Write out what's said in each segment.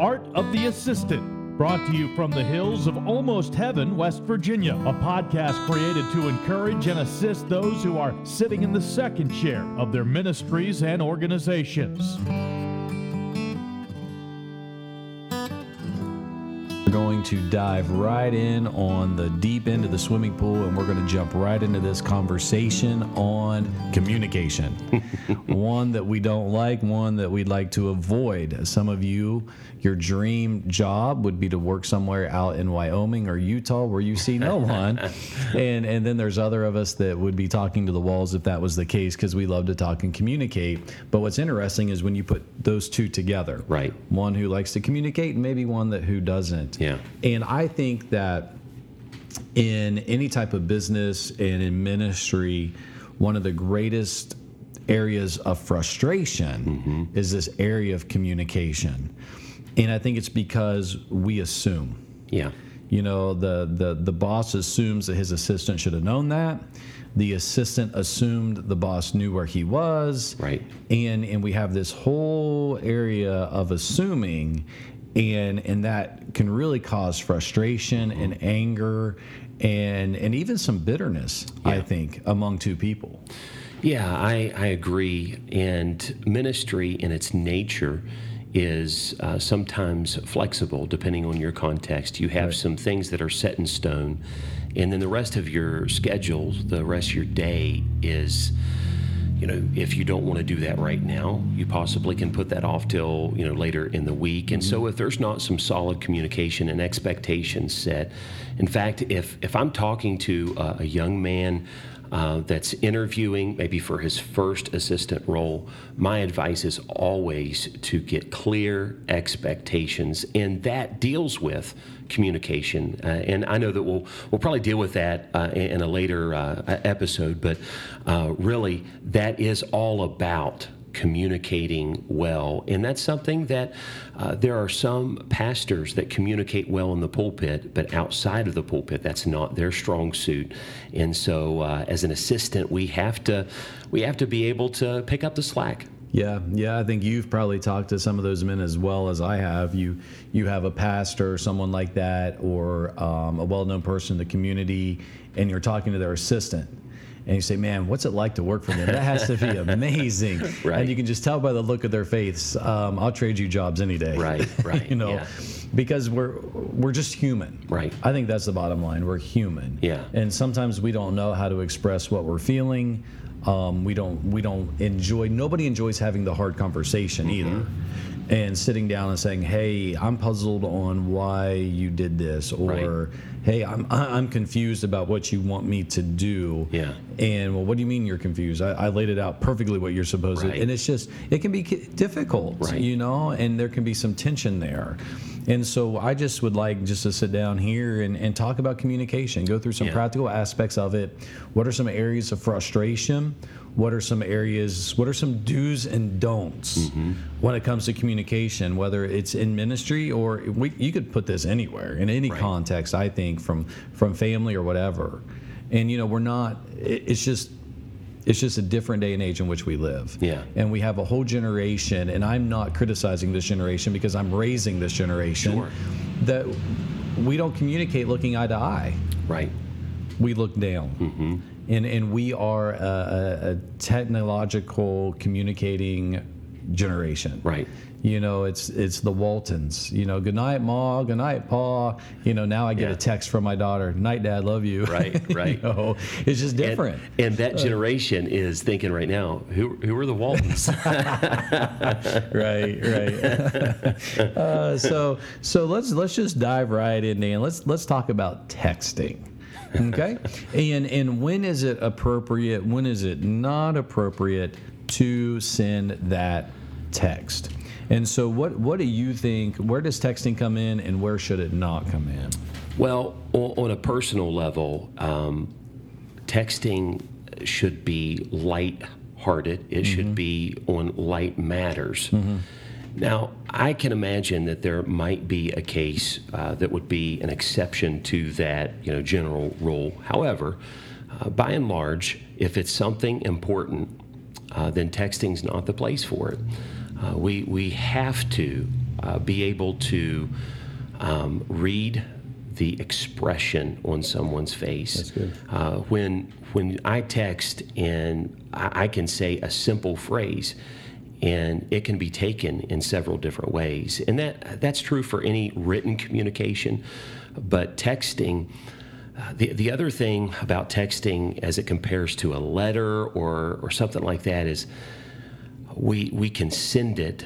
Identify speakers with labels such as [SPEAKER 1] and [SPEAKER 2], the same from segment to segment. [SPEAKER 1] Art of the Assistant, brought to you from the hills of Almost Heaven, West Virginia, a podcast created to encourage and assist those who are sitting in the second chair of their ministries and organizations.
[SPEAKER 2] We're going to dive right in on the deep end of the swimming pool and we're going to jump right into this conversation on communication. one that we don't like, one that we'd like to avoid. Some of you, your dream job would be to work somewhere out in Wyoming or Utah where you see no one. and and then there's other of us that would be talking to the walls if that was the case because we love to talk and communicate. But what's interesting is when you put those two together.
[SPEAKER 3] Right.
[SPEAKER 2] One who likes to communicate and maybe one that who doesn't.
[SPEAKER 3] Yeah.
[SPEAKER 2] And I think that in any type of business and in ministry, one of the greatest areas of frustration is this area of communication. And I think it's because we assume.
[SPEAKER 3] Yeah.
[SPEAKER 2] You know, the, the, the boss assumes that his assistant should have known that. The assistant assumed the boss knew where he was
[SPEAKER 3] Right.
[SPEAKER 2] and and we have this whole area of assuming and and that can really cause frustration and anger and and even some bitterness i think among two people
[SPEAKER 3] Yeah, I, I agree. And ministry in its nature is uh, sometimes flexible depending on your context. You have some things that are set in stone, and then the rest of your schedule, the rest of your day is. You know, if you don't want to do that right now, you possibly can put that off till, you know, later in the week. And so if there's not some solid communication and expectations set, in fact, if if I'm talking to a, a young man uh, that's interviewing, maybe for his first assistant role, my advice is always to get clear expectations, and that deals with communication. Uh, and I know that we'll we'll probably deal with that uh, in in a later uh, episode, but uh, really that is all about communicating well. And that's something that uh, there are some pastors that communicate well in the pulpit, but outside of the pulpit, that's not their strong suit. And so, uh, as an assistant, we have to we have to be able to pick up the slack.
[SPEAKER 2] Yeah, yeah, I think you've probably talked to some of those men as well as I have. You you have a pastor, or someone like that, or um, a well-known person in the community, and you're talking to their assistant, and you say, "Man, what's it like to work for them? That has to be amazing."
[SPEAKER 3] Right.
[SPEAKER 2] And you can just tell by the look of their face. Um, I'll trade you jobs any day.
[SPEAKER 3] Right, right,
[SPEAKER 2] you know,
[SPEAKER 3] yeah.
[SPEAKER 2] because we're we're just human.
[SPEAKER 3] Right.
[SPEAKER 2] I think that's the bottom line. We're human.
[SPEAKER 3] Yeah.
[SPEAKER 2] And sometimes we don't know how to express what we're feeling. Um, we don't we don't enjoy. Nobody enjoys having the hard conversation
[SPEAKER 3] Mm-hmm.
[SPEAKER 2] either. And sitting down and saying, "Hey, I'm puzzled on why you did this," or "Hey, I'm I- I'm confused about what you want me to do."
[SPEAKER 3] Yeah.
[SPEAKER 2] And well, what do you mean you're confused? I, I laid it out perfectly what you're supposed to.
[SPEAKER 3] Right.
[SPEAKER 2] And it's just it can be ki- difficult,
[SPEAKER 3] Right.
[SPEAKER 2] you know, and there can be some tension there. And so I just would like just to sit down here and, and talk about communication, go through some
[SPEAKER 3] Yeah.
[SPEAKER 2] practical aspects of it. What are some areas of frustration? What are some areas, what are some do's and don'ts
[SPEAKER 3] Mm-hmm.
[SPEAKER 2] when it comes to communication, whether it's in ministry or we, you could put this anywhere in any context, I think, from, from family or whatever. And, you know, we're not, it, it's just, it's just a different day and age in which we live.
[SPEAKER 3] Yeah.
[SPEAKER 2] And we have a whole generation, and I'm not criticizing this generation because I'm raising this generation
[SPEAKER 3] Sure.
[SPEAKER 2] that we don't communicate looking eye to eye.
[SPEAKER 3] Right.
[SPEAKER 2] We look down.
[SPEAKER 3] Mm-hmm.
[SPEAKER 2] And, and we are a, a, a technological communicating generation.
[SPEAKER 3] Right.
[SPEAKER 2] You know, it's it's the Waltons. You know, good night, Ma. Good night, Pa. You know, now I get
[SPEAKER 3] Yeah.
[SPEAKER 2] a text from my daughter. Night, Dad. Love you.
[SPEAKER 3] Right, right.
[SPEAKER 2] you know, it's just
[SPEAKER 3] And-
[SPEAKER 2] different.
[SPEAKER 3] And, that generation is thinking right now, who, who are the Waltons?
[SPEAKER 2] right right uh, so so let's let's just dive right in dan let's let's talk about texting okay and and when is it appropriate when is it not appropriate to send that text and so what what do you think where does texting come in and where should it not come in
[SPEAKER 3] well, on, on a personal level, um, texting should be light-hearted. It should be on light matters. Now, I can imagine that there might be a case uh, that would be an exception to that, you know, general rule. However, uh, by and large, if it's something important uh, then texting's not the place for it. Uh, we, we have to uh, be able to um, read the expression on someone's face. That's good. Uh, when, when I text and I, I can say a simple phrase, and it can be taken in several different ways. And that, that's true for any written communication, but texting. Uh, the, the other thing about texting as it compares to a letter or, or something like that is we, we can send it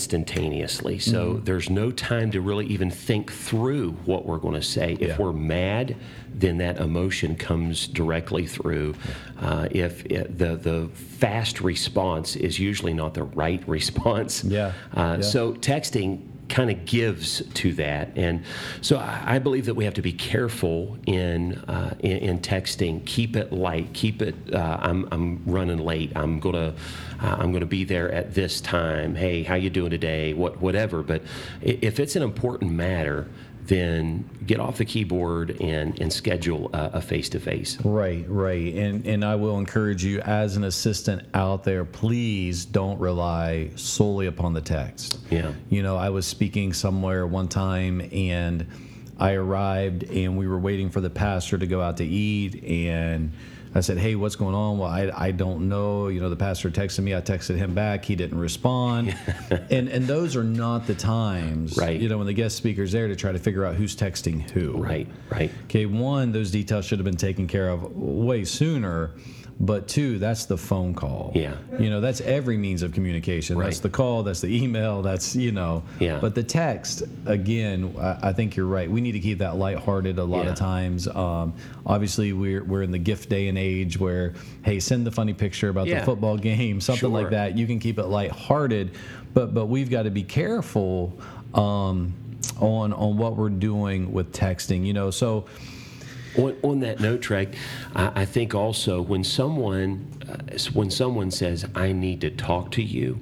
[SPEAKER 3] instantaneously. So
[SPEAKER 2] Mm-hmm.
[SPEAKER 3] there's no time to really even think through what we're going to say. If
[SPEAKER 2] Yeah.
[SPEAKER 3] we're mad, then that emotion comes directly through. Uh, if it, the, the fast response is usually not the right response.
[SPEAKER 2] Yeah.
[SPEAKER 3] Uh,
[SPEAKER 2] Yeah.
[SPEAKER 3] So so texting kind of gives to that, and so I I believe that we have to be careful in uh, in, in texting. Keep it light. Keep it. Uh, I'm I'm running late. I'm gonna uh, I'm gonna be there at this time. Hey, how you doing today? What whatever. But i- if it's an important matter, then get off the keyboard and and schedule a, a face-to-face.
[SPEAKER 2] Right, right. And and I will encourage you as an assistant out there, please don't rely solely upon the text.
[SPEAKER 3] Yeah.
[SPEAKER 2] You know, I was speaking somewhere one time and I arrived and we were waiting for the pastor to go out to eat and I said, "Hey, what's going on?" Well, I, I don't know. You know, the pastor texted me. I texted him back. He didn't respond. and and those are not the times,
[SPEAKER 3] Right.
[SPEAKER 2] You know, when the guest speaker's there to try to figure out who's texting who.
[SPEAKER 3] Right. Right.
[SPEAKER 2] Okay, one, those details should have been taken care of way sooner. But two, that's the phone call.
[SPEAKER 3] Yeah.
[SPEAKER 2] You know, that's every means of communication. That's
[SPEAKER 3] Right.
[SPEAKER 2] the call, that's the email, that's, you know.
[SPEAKER 3] Yeah.
[SPEAKER 2] But the text, again, I, I think you're right. We need to keep that lighthearted a lot
[SPEAKER 3] Yeah.
[SPEAKER 2] of times. Um, obviously, we're, we're in the gift day and age where, hey, send the funny picture about
[SPEAKER 3] Yeah.
[SPEAKER 2] the football game, something like
[SPEAKER 3] Sure.
[SPEAKER 2] that that. You can keep it lighthearted, but but we've got to be careful um, on on what we're doing with texting. You know, so
[SPEAKER 3] On, on that note, Treg, I, I think also when someone uh, when someone says, "I need to talk to you,"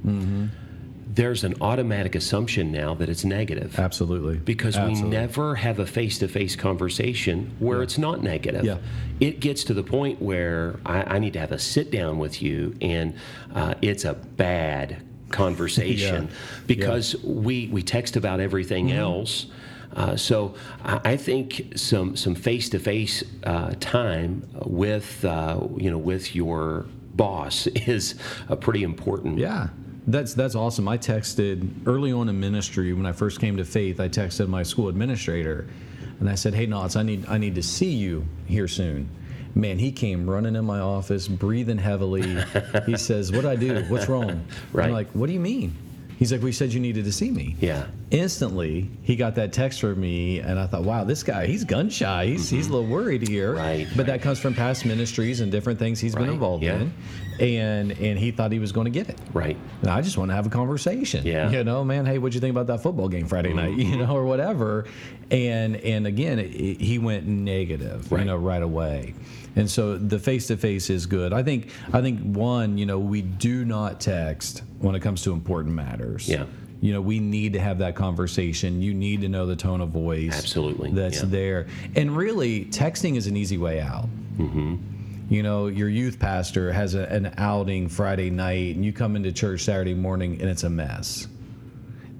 [SPEAKER 3] there's an automatic assumption now that it's negative
[SPEAKER 2] absolutely
[SPEAKER 3] because we never have a face-to-face conversation where it's not negative.
[SPEAKER 2] Yeah.
[SPEAKER 3] It gets to the point where I, I need to have a sit-down with you, and uh, it's a bad conversation
[SPEAKER 2] Yeah. Mm-hmm.
[SPEAKER 3] because we we text about everything else. Uh, so I, I think some some face-to-face uh, time with uh, you know with your boss is uh, pretty important.
[SPEAKER 2] Yeah. That's that's awesome. I texted early on in ministry when I first came to faith, I texted my school administrator and I said, "Hey Knotts, I need I need to see you here soon." Man, he came running in my office, breathing heavily. he says, "What would I do? What's wrong?"
[SPEAKER 3] Right.
[SPEAKER 2] I'm like, "What do you mean?" He's like, "We said you needed to see me."
[SPEAKER 3] Yeah.
[SPEAKER 2] Instantly, he got that text from me, and I thought, "Wow, this guy, he's gun shy. He's, he's a little worried here."
[SPEAKER 3] Mm-hmm. Right,
[SPEAKER 2] But that comes from past ministries and different things he's
[SPEAKER 3] Right,
[SPEAKER 2] been involved
[SPEAKER 3] yeah.
[SPEAKER 2] in and and he thought he was going to get it.
[SPEAKER 3] Right.
[SPEAKER 2] And I just want to have a conversation.
[SPEAKER 3] Yeah. Mm-hmm.
[SPEAKER 2] You know, man, hey, what'd you think about that football game Friday night? You know, or whatever. And and again, it, it- he went negative,
[SPEAKER 3] Right.
[SPEAKER 2] you know, right away. And so the face to face is good. I think I think one, you know, we do not text when it comes to important matters.
[SPEAKER 3] Yeah.
[SPEAKER 2] You know, we need to have that conversation. You need to know the tone of voice.
[SPEAKER 3] Absolutely,
[SPEAKER 2] That's
[SPEAKER 3] yeah.
[SPEAKER 2] there. And really, texting is an easy way out
[SPEAKER 3] Mm-hmm.
[SPEAKER 2] you know your youth pastor has a, an outing friday night and you come into church saturday morning and it's a mess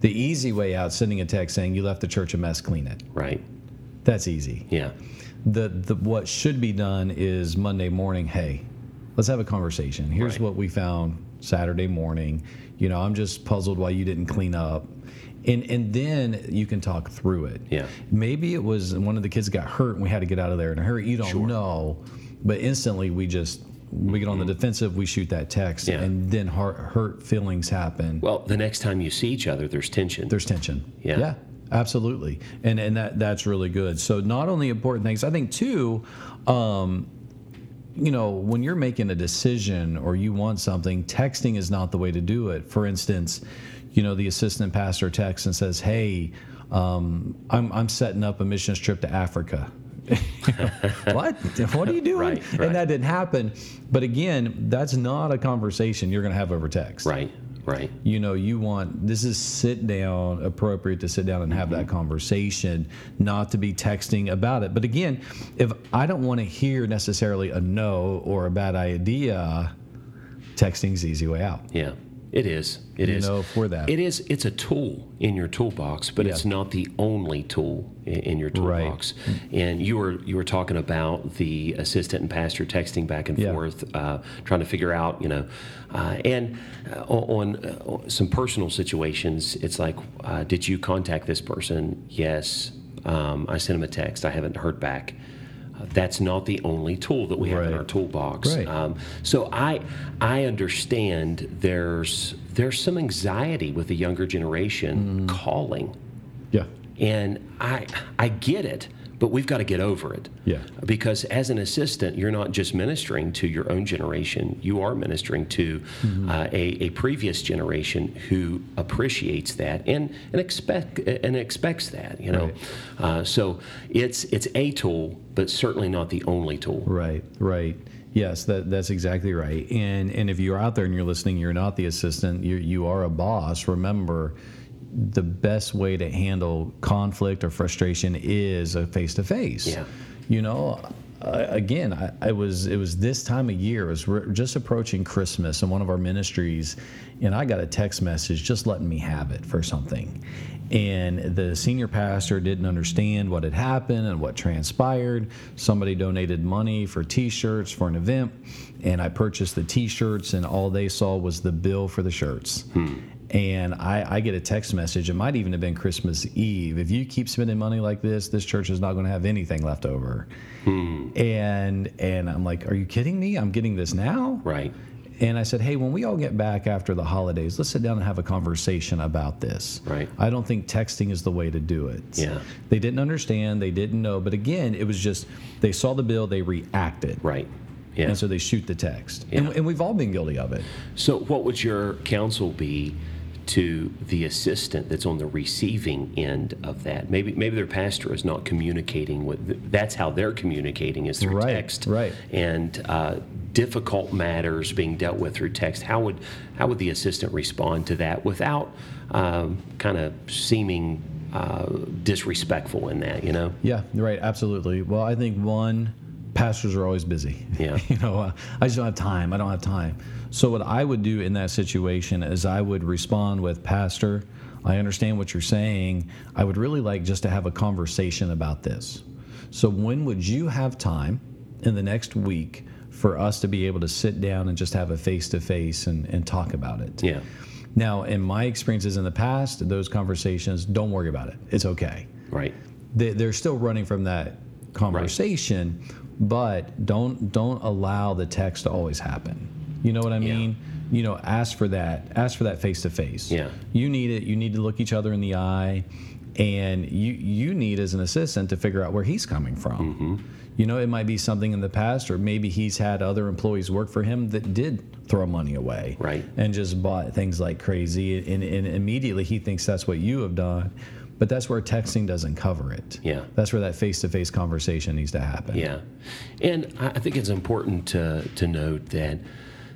[SPEAKER 2] the easy way out sending a text saying you left the church a mess clean it
[SPEAKER 3] Right.
[SPEAKER 2] that's easy
[SPEAKER 3] Yeah.
[SPEAKER 2] the, the what should be done is monday morning hey let's have a conversation here's
[SPEAKER 3] Right.
[SPEAKER 2] what we found saturday morning you know i'm just puzzled why you didn't clean up and and then you can talk through it
[SPEAKER 3] Yeah.
[SPEAKER 2] maybe it was one of the kids got hurt and we had to get out of there in a hurry you don't know but instantly we just we get on the defensive we shoot that text
[SPEAKER 3] Yeah.
[SPEAKER 2] and then heart, hurt feelings happen
[SPEAKER 3] Well, the next time you see each other, there's tension.
[SPEAKER 2] there's tension.
[SPEAKER 3] Yeah.
[SPEAKER 2] Yeah. Absolutely. And and that that's really good. So not only important things, I think too, um, you know, when you're making a decision or you want something, texting is not the way to do it. For instance, you know, the assistant pastor texts and says, Hey, um, I'm I'm setting up a missions trip to Africa. what? What are you doing?
[SPEAKER 3] Right, right.
[SPEAKER 2] And that didn't happen. But again, that's not a conversation you're gonna have over text
[SPEAKER 3] right. Right.
[SPEAKER 2] you know you want this is sit down appropriate to sit down and have that conversation not to be texting about it but again if i don't want to hear necessarily a no or a bad idea texting's the easy way out.
[SPEAKER 3] Yeah, it is. It is.
[SPEAKER 2] You know, for that.
[SPEAKER 3] It is. It's a tool in your toolbox, but it's
[SPEAKER 2] Yeah.
[SPEAKER 3] not the only tool i- in your
[SPEAKER 2] Right.
[SPEAKER 3] toolbox. And you were you were talking about the assistant and pastor texting back and
[SPEAKER 2] Yeah.
[SPEAKER 3] forth, uh, trying to figure out, you know, uh, and uh, on, on uh, on some personal situations, it's like, uh, did you contact this person? Yes. Um, I sent him a text. I haven't heard back. Uh, that's not the only tool that we have in
[SPEAKER 2] Right.
[SPEAKER 3] our toolbox.
[SPEAKER 2] Right.
[SPEAKER 3] Um, so I I understand there's there's some anxiety with the younger generation
[SPEAKER 2] Mm-hmm.
[SPEAKER 3] calling,
[SPEAKER 2] Yeah.
[SPEAKER 3] and I I get it, but we've got to get over it.
[SPEAKER 2] Yeah.
[SPEAKER 3] Because as an assistant, you're not just ministering to your own generation; you are ministering to
[SPEAKER 2] Mm-hmm.
[SPEAKER 3] uh, a, a previous generation who appreciates that and and expect and expects that. You know, uh, so it's it's a tool, but certainly not the only tool.
[SPEAKER 2] Right, right. Yes, that that's exactly right. And and if you're out there and you're listening, you're not the assistant, you you are a boss. Remember, the best way to handle conflict or frustration is a face to face.
[SPEAKER 3] Yeah.
[SPEAKER 2] You know, I, again, I, I was it was this time of year. It was re- just approaching Christmas in one of our ministries, and I got a text message just letting me have it for something, and the senior pastor didn't understand what had happened and what transpired. Somebody donated money for T-shirts for an event, and I purchased the T-shirts, and all they saw was the bill for the shirts and I, I get a text message. It might even have been Christmas Eve. If you keep spending money like this, this church is not going to have anything left over.
[SPEAKER 3] Hmm.
[SPEAKER 2] And and I'm like, are you kidding me? I'm getting this now.
[SPEAKER 3] Right.
[SPEAKER 2] And I said, hey, when we all get back after the holidays, let's sit down and have a conversation about this.
[SPEAKER 3] Right.
[SPEAKER 2] I don't think texting is the way to do it.
[SPEAKER 3] Yeah.
[SPEAKER 2] They didn't understand. They didn't know. But again, it was just they saw the bill, they reacted.
[SPEAKER 3] Right. Yeah.
[SPEAKER 2] And so they shoot the text. And, and we've all been guilty of it.
[SPEAKER 3] So, what would your counsel be to the assistant that's on the receiving end of that? Maybe, maybe their pastor is not communicating with. That's how they're communicating is through
[SPEAKER 2] Right,
[SPEAKER 3] text,
[SPEAKER 2] right.
[SPEAKER 3] And uh, difficult matters being dealt with through text. How would how would the assistant respond to that without um, kind of seeming uh, disrespectful in that? You know.
[SPEAKER 2] Yeah, you're right. Absolutely. Well, I think one, pastors are always busy.
[SPEAKER 3] Yeah.
[SPEAKER 2] you know, uh, I just don't have time. I don't have time. So what I would do in that situation is I would respond with, Pastor, I understand what you're saying. I would really like just to have a conversation about this. So when would you have time in the next week for us to be able to sit down and just have a face to face and and talk about it?
[SPEAKER 3] Yeah.
[SPEAKER 2] Now, in my experiences in the past, those conversations, don't worry about it. It's okay
[SPEAKER 3] Right.
[SPEAKER 2] they, they're still running from that conversation but don't don't allow the text to always happen you know what i mean you know ask for that ask for that face to face
[SPEAKER 3] Yeah.
[SPEAKER 2] you need it you need to look each other in the eye and you you need as an assistant to figure out where he's coming from
[SPEAKER 3] Mm-hmm.
[SPEAKER 2] you know it might be something in the past or maybe he's had other employees work for him that did throw money away
[SPEAKER 3] Right.
[SPEAKER 2] and just bought things like crazy and, and immediately he thinks that's what you have done but that's where texting doesn't cover it
[SPEAKER 3] Yeah.
[SPEAKER 2] that's where that face-to-face conversation needs to happen
[SPEAKER 3] Yeah. And I I think it's important to, to note that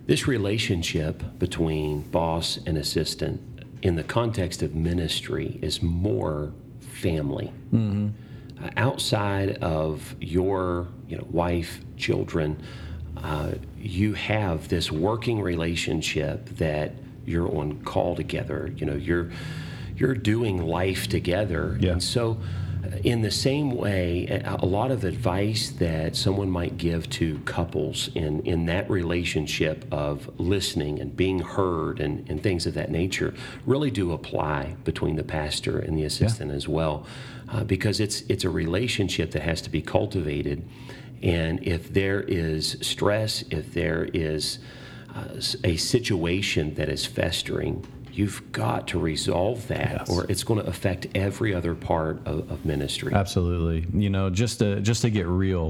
[SPEAKER 3] this relationship between boss and assistant in the context of ministry is more family. Uh, outside of your you know, wife, children, uh, you have this working relationship that you're on call together. You know, you're you're doing life together,
[SPEAKER 2] Yeah.
[SPEAKER 3] and so, uh, in the same way, a a lot of advice that someone might give to couples in, in that relationship of listening and being heard and, and things of that nature really do apply between the pastor and the assistant as well, uh, because it's it's a relationship that has to be cultivated, and if there is stress, if there is uh, s- a situation that is festering, you've got to resolve that, or it's going to affect every other part of, of ministry.
[SPEAKER 2] Uh, Absolutely. You know, just to just to get real,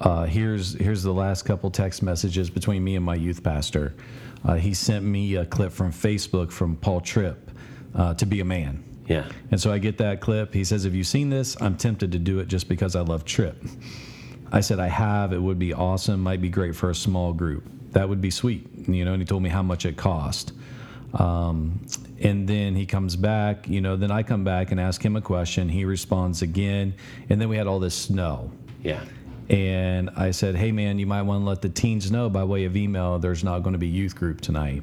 [SPEAKER 2] uh, here's here's the last couple text messages between me and my youth pastor. Uh, he sent me a clip from Facebook from Paul Tripp uh, to be a man.
[SPEAKER 3] yeah,
[SPEAKER 2] And so I get that clip. He says, Have you seen this? I'm tempted to do it just because I love Trip. I said, I have. It would be awesome. Might be great for a small group. That would be sweet. You know, and he told me how much it cost. Um, and then he comes back, you know, then I come back and ask him a question. He responds again. And then we had all this snow.
[SPEAKER 3] yeah,
[SPEAKER 2] And I said, hey, man, you might want to let the teens know by way of email there's not going to be youth group tonight.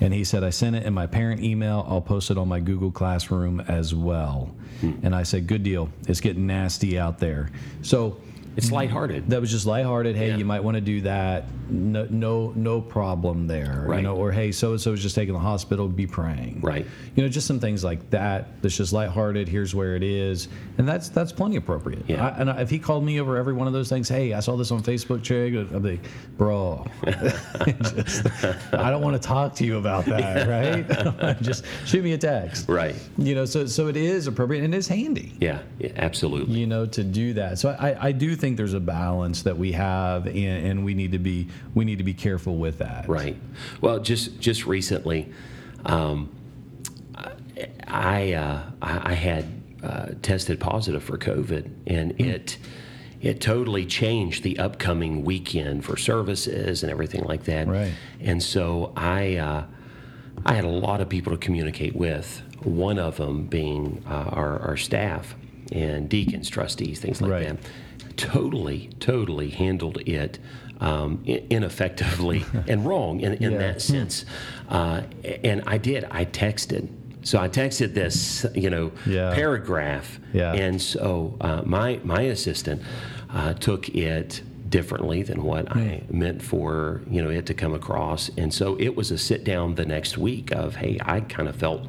[SPEAKER 2] And he said, I sent it in my parent email. I'll post it on my Google Classroom as well. And I said, good deal. It's getting nasty out there. So
[SPEAKER 3] It's lighthearted.
[SPEAKER 2] that was just lighthearted. Hey,
[SPEAKER 3] Yeah.
[SPEAKER 2] you might want to do that. No, no, no problem there. You
[SPEAKER 3] Right.
[SPEAKER 2] know, or hey, so and so is just taking the hospital. Be praying.
[SPEAKER 3] Right.
[SPEAKER 2] You know, just some things like that. That's just lighthearted. Here's where it is, and that's that's plenty appropriate.
[SPEAKER 3] Yeah.
[SPEAKER 2] I, and I, if he called me over every one of those things, hey, I saw this on Facebook, Chig. I'd be, bro, just, I don't want to talk to you about that. Right. just shoot me a text.
[SPEAKER 3] Right.
[SPEAKER 2] You know, so so it is appropriate and it is handy
[SPEAKER 3] Yeah, yeah, absolutely.
[SPEAKER 2] you know to do that so i i do think there's a balance that we have and, and we need to be we need to be careful with that
[SPEAKER 3] Right. Well, just just recently, um, I, uh, I I had uh, tested positive for COVID, and
[SPEAKER 2] Hmm.
[SPEAKER 3] it it totally changed the upcoming weekend for services and everything like that.
[SPEAKER 2] Right.
[SPEAKER 3] And so I uh, I had a lot of people to communicate with. One of them being uh, our our staff and deacons, trustees, things like
[SPEAKER 2] Right.
[SPEAKER 3] that totally, totally handled it um, i- ineffectively and wrong in, in
[SPEAKER 2] Yeah.
[SPEAKER 3] that sense. Uh, a- and I did. I texted. So I texted this, you know,
[SPEAKER 2] Yeah.
[SPEAKER 3] paragraph,
[SPEAKER 2] Yeah.
[SPEAKER 3] and so uh, my my assistant uh, took it differently than what I
[SPEAKER 2] Hmm.
[SPEAKER 3] meant for you know it to come across, and so it was a sit down the next week of hey, I kind of felt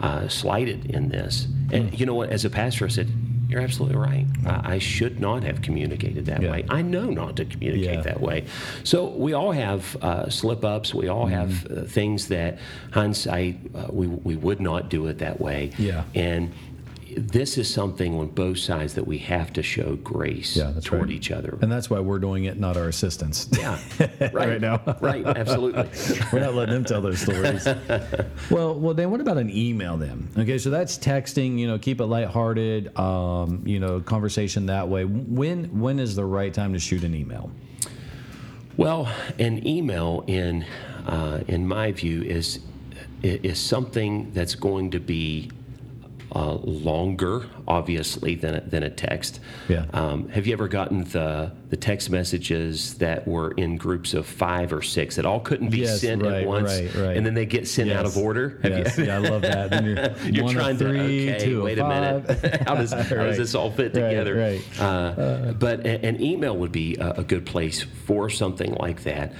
[SPEAKER 3] uh, slighted in this,
[SPEAKER 2] Hmm.
[SPEAKER 3] and you know what? As a pastor, I said. You're absolutely right. I I should not have communicated that
[SPEAKER 2] Yeah.
[SPEAKER 3] way. I know not to communicate
[SPEAKER 2] Yeah.
[SPEAKER 3] that way. So we all have uh, slip ups. We all
[SPEAKER 2] Hmm.
[SPEAKER 3] have uh, things that hindsight uh, we we would not do it that way.
[SPEAKER 2] Yeah.
[SPEAKER 3] And this is something on both sides that we have to show grace
[SPEAKER 2] Yeah, that's
[SPEAKER 3] toward
[SPEAKER 2] right.
[SPEAKER 3] each other.
[SPEAKER 2] and that's why we're doing it not our assistants
[SPEAKER 3] yeah, right.
[SPEAKER 2] now.
[SPEAKER 3] right, absolutely.
[SPEAKER 2] We're not letting them tell their stories. well, well, Dan, what about an email then? Okay, so that's texting. You know, keep it lighthearted. Um, you know, conversation that way. When when is the right time to shoot an email?
[SPEAKER 3] Well, an email, in uh, in my view, is is something that's going to be uh, longer, obviously, than a, than a text.
[SPEAKER 2] Yeah.
[SPEAKER 3] Um, have you ever gotten the the text messages that were in groups of five or six that all couldn't be
[SPEAKER 2] Yes,
[SPEAKER 3] sent
[SPEAKER 2] right,
[SPEAKER 3] at once,
[SPEAKER 2] right, right.
[SPEAKER 3] and then they get sent out of
[SPEAKER 2] Yes.
[SPEAKER 3] order? Have you-
[SPEAKER 2] Yes, yeah, I love that. Then you're
[SPEAKER 3] You're
[SPEAKER 2] one of
[SPEAKER 3] trying
[SPEAKER 2] three,
[SPEAKER 3] to okay,
[SPEAKER 2] two of
[SPEAKER 3] wait a
[SPEAKER 2] five.
[SPEAKER 3] minute. how does how
[SPEAKER 2] Right.
[SPEAKER 3] does this all fit
[SPEAKER 2] Right,
[SPEAKER 3] together?
[SPEAKER 2] right.
[SPEAKER 3] Uh, but a- an email would be a, a good place for something like that.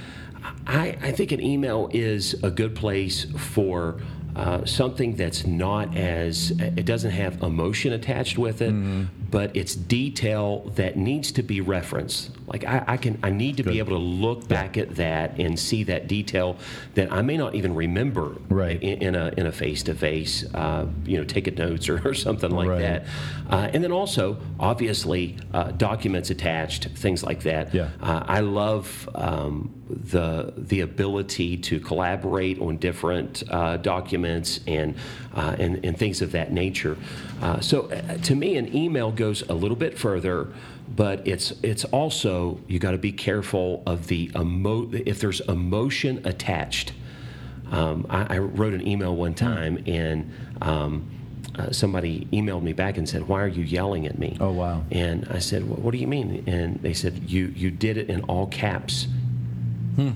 [SPEAKER 3] I, I think an email is a good place for uh, something that's not as, it doesn't have emotion attached with it,
[SPEAKER 2] Mm-hmm.
[SPEAKER 3] but it's detail that needs to be referenced. Like I, I can, I need to be able to look back at that and see that detail that I may not even remember
[SPEAKER 2] Right.
[SPEAKER 3] in, in a in a face to face, you know, ticket notes or, or something like
[SPEAKER 2] Right.
[SPEAKER 3] that. Uh, and then also, obviously, uh, documents attached, things like that.
[SPEAKER 2] Yeah.
[SPEAKER 3] Uh, I love um, the the ability to collaborate on different uh, documents and, uh, and and things of that nature. Uh, so, uh, to me, an email goes a little bit further. But it's it's also you got to be careful of the emo- if there's emotion attached. Um, I, I wrote an email one time, and um, uh, somebody emailed me back and said, "Why are you yelling at me?"
[SPEAKER 2] Oh, wow.
[SPEAKER 3] And I said, "Wh- "What do you mean?" And they said, "You you did it in all caps."
[SPEAKER 2] Hmm.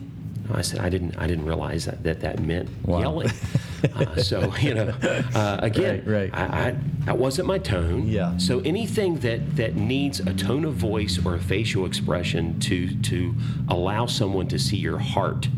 [SPEAKER 3] I said, "I didn't I didn't realize that that, that meant
[SPEAKER 2] Wow.
[SPEAKER 3] yelling." uh, so you know, uh, again,
[SPEAKER 2] Right, right.
[SPEAKER 3] I, I, that wasn't my tone.
[SPEAKER 2] Yeah.
[SPEAKER 3] So anything that that needs a tone of voice or a facial expression to to allow someone to see your heart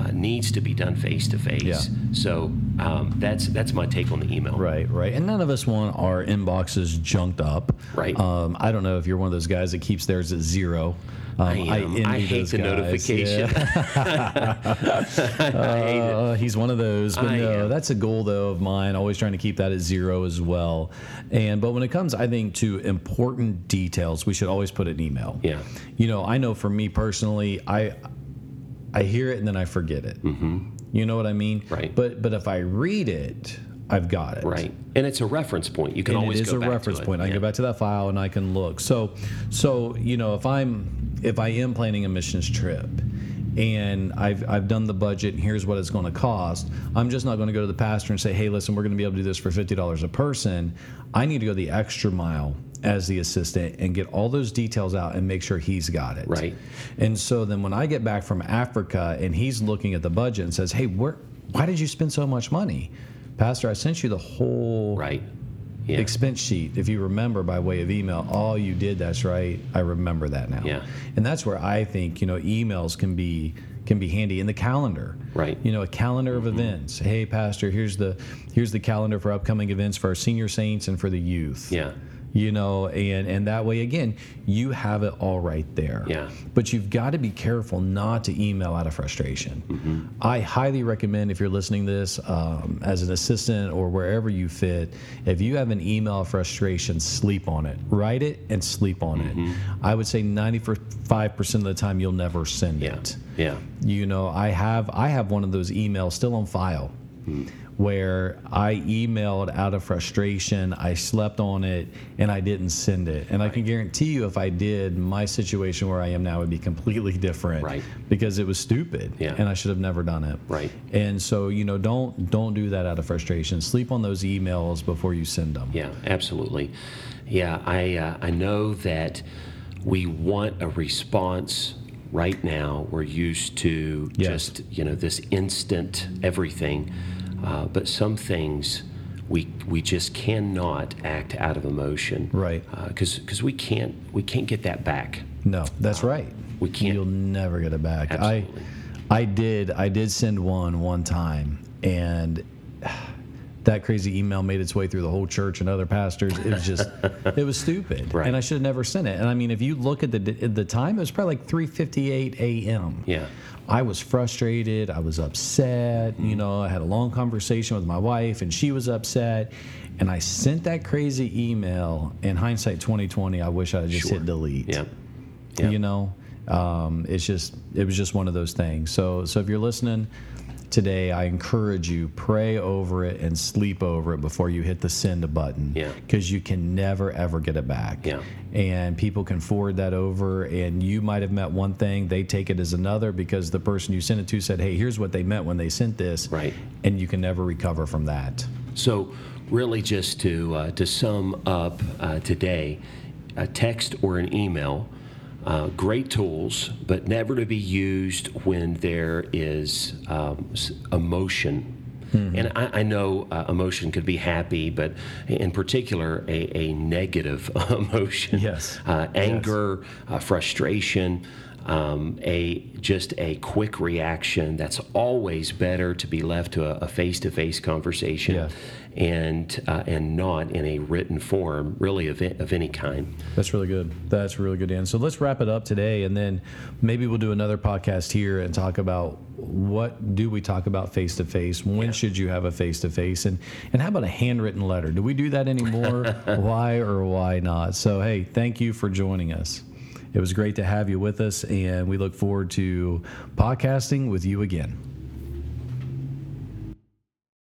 [SPEAKER 3] uh, needs to be done face to
[SPEAKER 2] Yeah.
[SPEAKER 3] face. So um, that's that's my take on the email.
[SPEAKER 2] Right, right. And none of us want our inboxes junked up.
[SPEAKER 3] Right.
[SPEAKER 2] Um, I don't know if you're one of those guys that keeps theirs at zero. Um,
[SPEAKER 3] I, am. I,
[SPEAKER 2] envy
[SPEAKER 3] hate
[SPEAKER 2] those
[SPEAKER 3] the
[SPEAKER 2] guys.
[SPEAKER 3] notification.
[SPEAKER 2] Yeah.
[SPEAKER 3] I hate it.
[SPEAKER 2] Uh, he's one of those. But
[SPEAKER 3] I
[SPEAKER 2] no,
[SPEAKER 3] am.
[SPEAKER 2] that's a goal though of mine. Always trying to keep that at zero as well. And but when it comes, I think to important details, we should always put it in email.
[SPEAKER 3] Yeah.
[SPEAKER 2] You know, I know for me personally, I I hear it and then I forget it. Mm-hmm. You know what I mean?
[SPEAKER 3] Right.
[SPEAKER 2] But but if I read it, I've got it.
[SPEAKER 3] Right. And it's a reference point. You can
[SPEAKER 2] and it
[SPEAKER 3] always
[SPEAKER 2] is
[SPEAKER 3] go
[SPEAKER 2] a
[SPEAKER 3] back to
[SPEAKER 2] reference
[SPEAKER 3] it.
[SPEAKER 2] point. I
[SPEAKER 3] Yeah.
[SPEAKER 2] can go back to that file and I can look. So, so you know, if I'm if I am planning a missions trip, and I've I've done the budget and here's what it's going to cost, I'm just not going to go to the pastor and say, hey, listen, we're going to be able to do this for fifty dollars a person. I need to go the extra mile as the assistant and get all those details out and make sure he's got it.
[SPEAKER 3] Right.
[SPEAKER 2] And so then when I get back from Africa and he's looking at the budget and says, "Hey, where? Why did you spend so much money, Pastor? I sent you the whole
[SPEAKER 3] Right. Yeah.
[SPEAKER 2] expense sheet, if you remember by way of email, all you did, that's right. I remember that now.
[SPEAKER 3] Yeah.
[SPEAKER 2] And that's where I think, you know, emails can be can be handy in the calendar.
[SPEAKER 3] Right. Mm-hmm.
[SPEAKER 2] You know, a calendar of events. Hey pastor, here's the here's the calendar for upcoming events for our senior saints and for the youth.
[SPEAKER 3] yeah.
[SPEAKER 2] You know, and and that way again, you have it all right there.
[SPEAKER 3] Yeah.
[SPEAKER 2] But you've got to be careful not to email out of frustration.
[SPEAKER 3] Mm-hmm.
[SPEAKER 2] I highly recommend if you're listening to this um, as an assistant or wherever you fit, if you have an email frustration, sleep on it. Write it and sleep on it.
[SPEAKER 3] Mm-hmm.
[SPEAKER 2] I would say 95% of the time you'll never send
[SPEAKER 3] Yeah.
[SPEAKER 2] it
[SPEAKER 3] Yeah.
[SPEAKER 2] you know i have i have one of those emails still on file
[SPEAKER 3] Hmm.
[SPEAKER 2] where i emailed out of frustration i slept on it and i didn't send it and i can guarantee you if i did my situation where i am now would be completely different
[SPEAKER 3] Right.
[SPEAKER 2] because it was stupid
[SPEAKER 3] Yeah.
[SPEAKER 2] and i should have never done it
[SPEAKER 3] Right.
[SPEAKER 2] and so you know don't don't do that out of frustration sleep on those emails before you send them
[SPEAKER 3] Yeah, absolutely. Yeah, I uh, I know that we want a response right now. We're used to
[SPEAKER 2] Yes.
[SPEAKER 3] just you know this instant everything, uh, but some things we we just cannot act out of emotion.
[SPEAKER 2] Right.
[SPEAKER 3] Because we can't we can't get that back.
[SPEAKER 2] No, that's
[SPEAKER 3] Uh,
[SPEAKER 2] right.
[SPEAKER 3] we can't-
[SPEAKER 2] You'll never get it back.
[SPEAKER 3] Absolutely.
[SPEAKER 2] I, I did. I did send one one time, and that crazy email made its way through the whole church and other pastors. It was just, it was stupid,
[SPEAKER 3] Right.
[SPEAKER 2] and I should have never sent it. And I mean, if you look at the at the time, it was probably like three fifty eight a.m.
[SPEAKER 3] Yeah.
[SPEAKER 2] I was frustrated. I was upset. You know, I had a long conversation with my wife, and she was upset. And I sent that crazy email. In hindsight, twenty twenty, I wish I had just
[SPEAKER 3] Sure.
[SPEAKER 2] hit delete
[SPEAKER 3] Yeah. Yeah.
[SPEAKER 2] you know um, it's just it was just one of those things so so if you're listening today i encourage you pray over it and sleep over it before you hit the send button
[SPEAKER 3] Yeah.
[SPEAKER 2] because you can never ever get it back
[SPEAKER 3] Yeah.
[SPEAKER 2] and people can forward that over and you might have meant one thing they take it as another because the person you sent it to said hey here's what they meant when they sent this
[SPEAKER 3] Right.
[SPEAKER 2] and you can never recover from that
[SPEAKER 3] So, really, just to uh, to sum up uh, today, a text or an email, uh, great tools, but never to be used when there is um, s- emotion. And I, I know uh, emotion could be happy, but in particular, a, a negative emotion.
[SPEAKER 2] Yes.
[SPEAKER 3] Uh, anger, uh, frustration, um, a just a quick reaction. That's always better to be left to a- a face to face conversation,
[SPEAKER 2] Yeah.
[SPEAKER 3] and uh, and not in a written form, really of, a- of any kind.
[SPEAKER 2] That's really good. That's really good, Dan. So let's wrap it up today, and then maybe we'll do another podcast here and talk about what do we talk about face to face? When should you have a face to face? And and how about a handwritten letter? Do we do that anymore? why or why not? So hey, thank you for joining us. It was great to have you with us, and we look forward to podcasting with you again.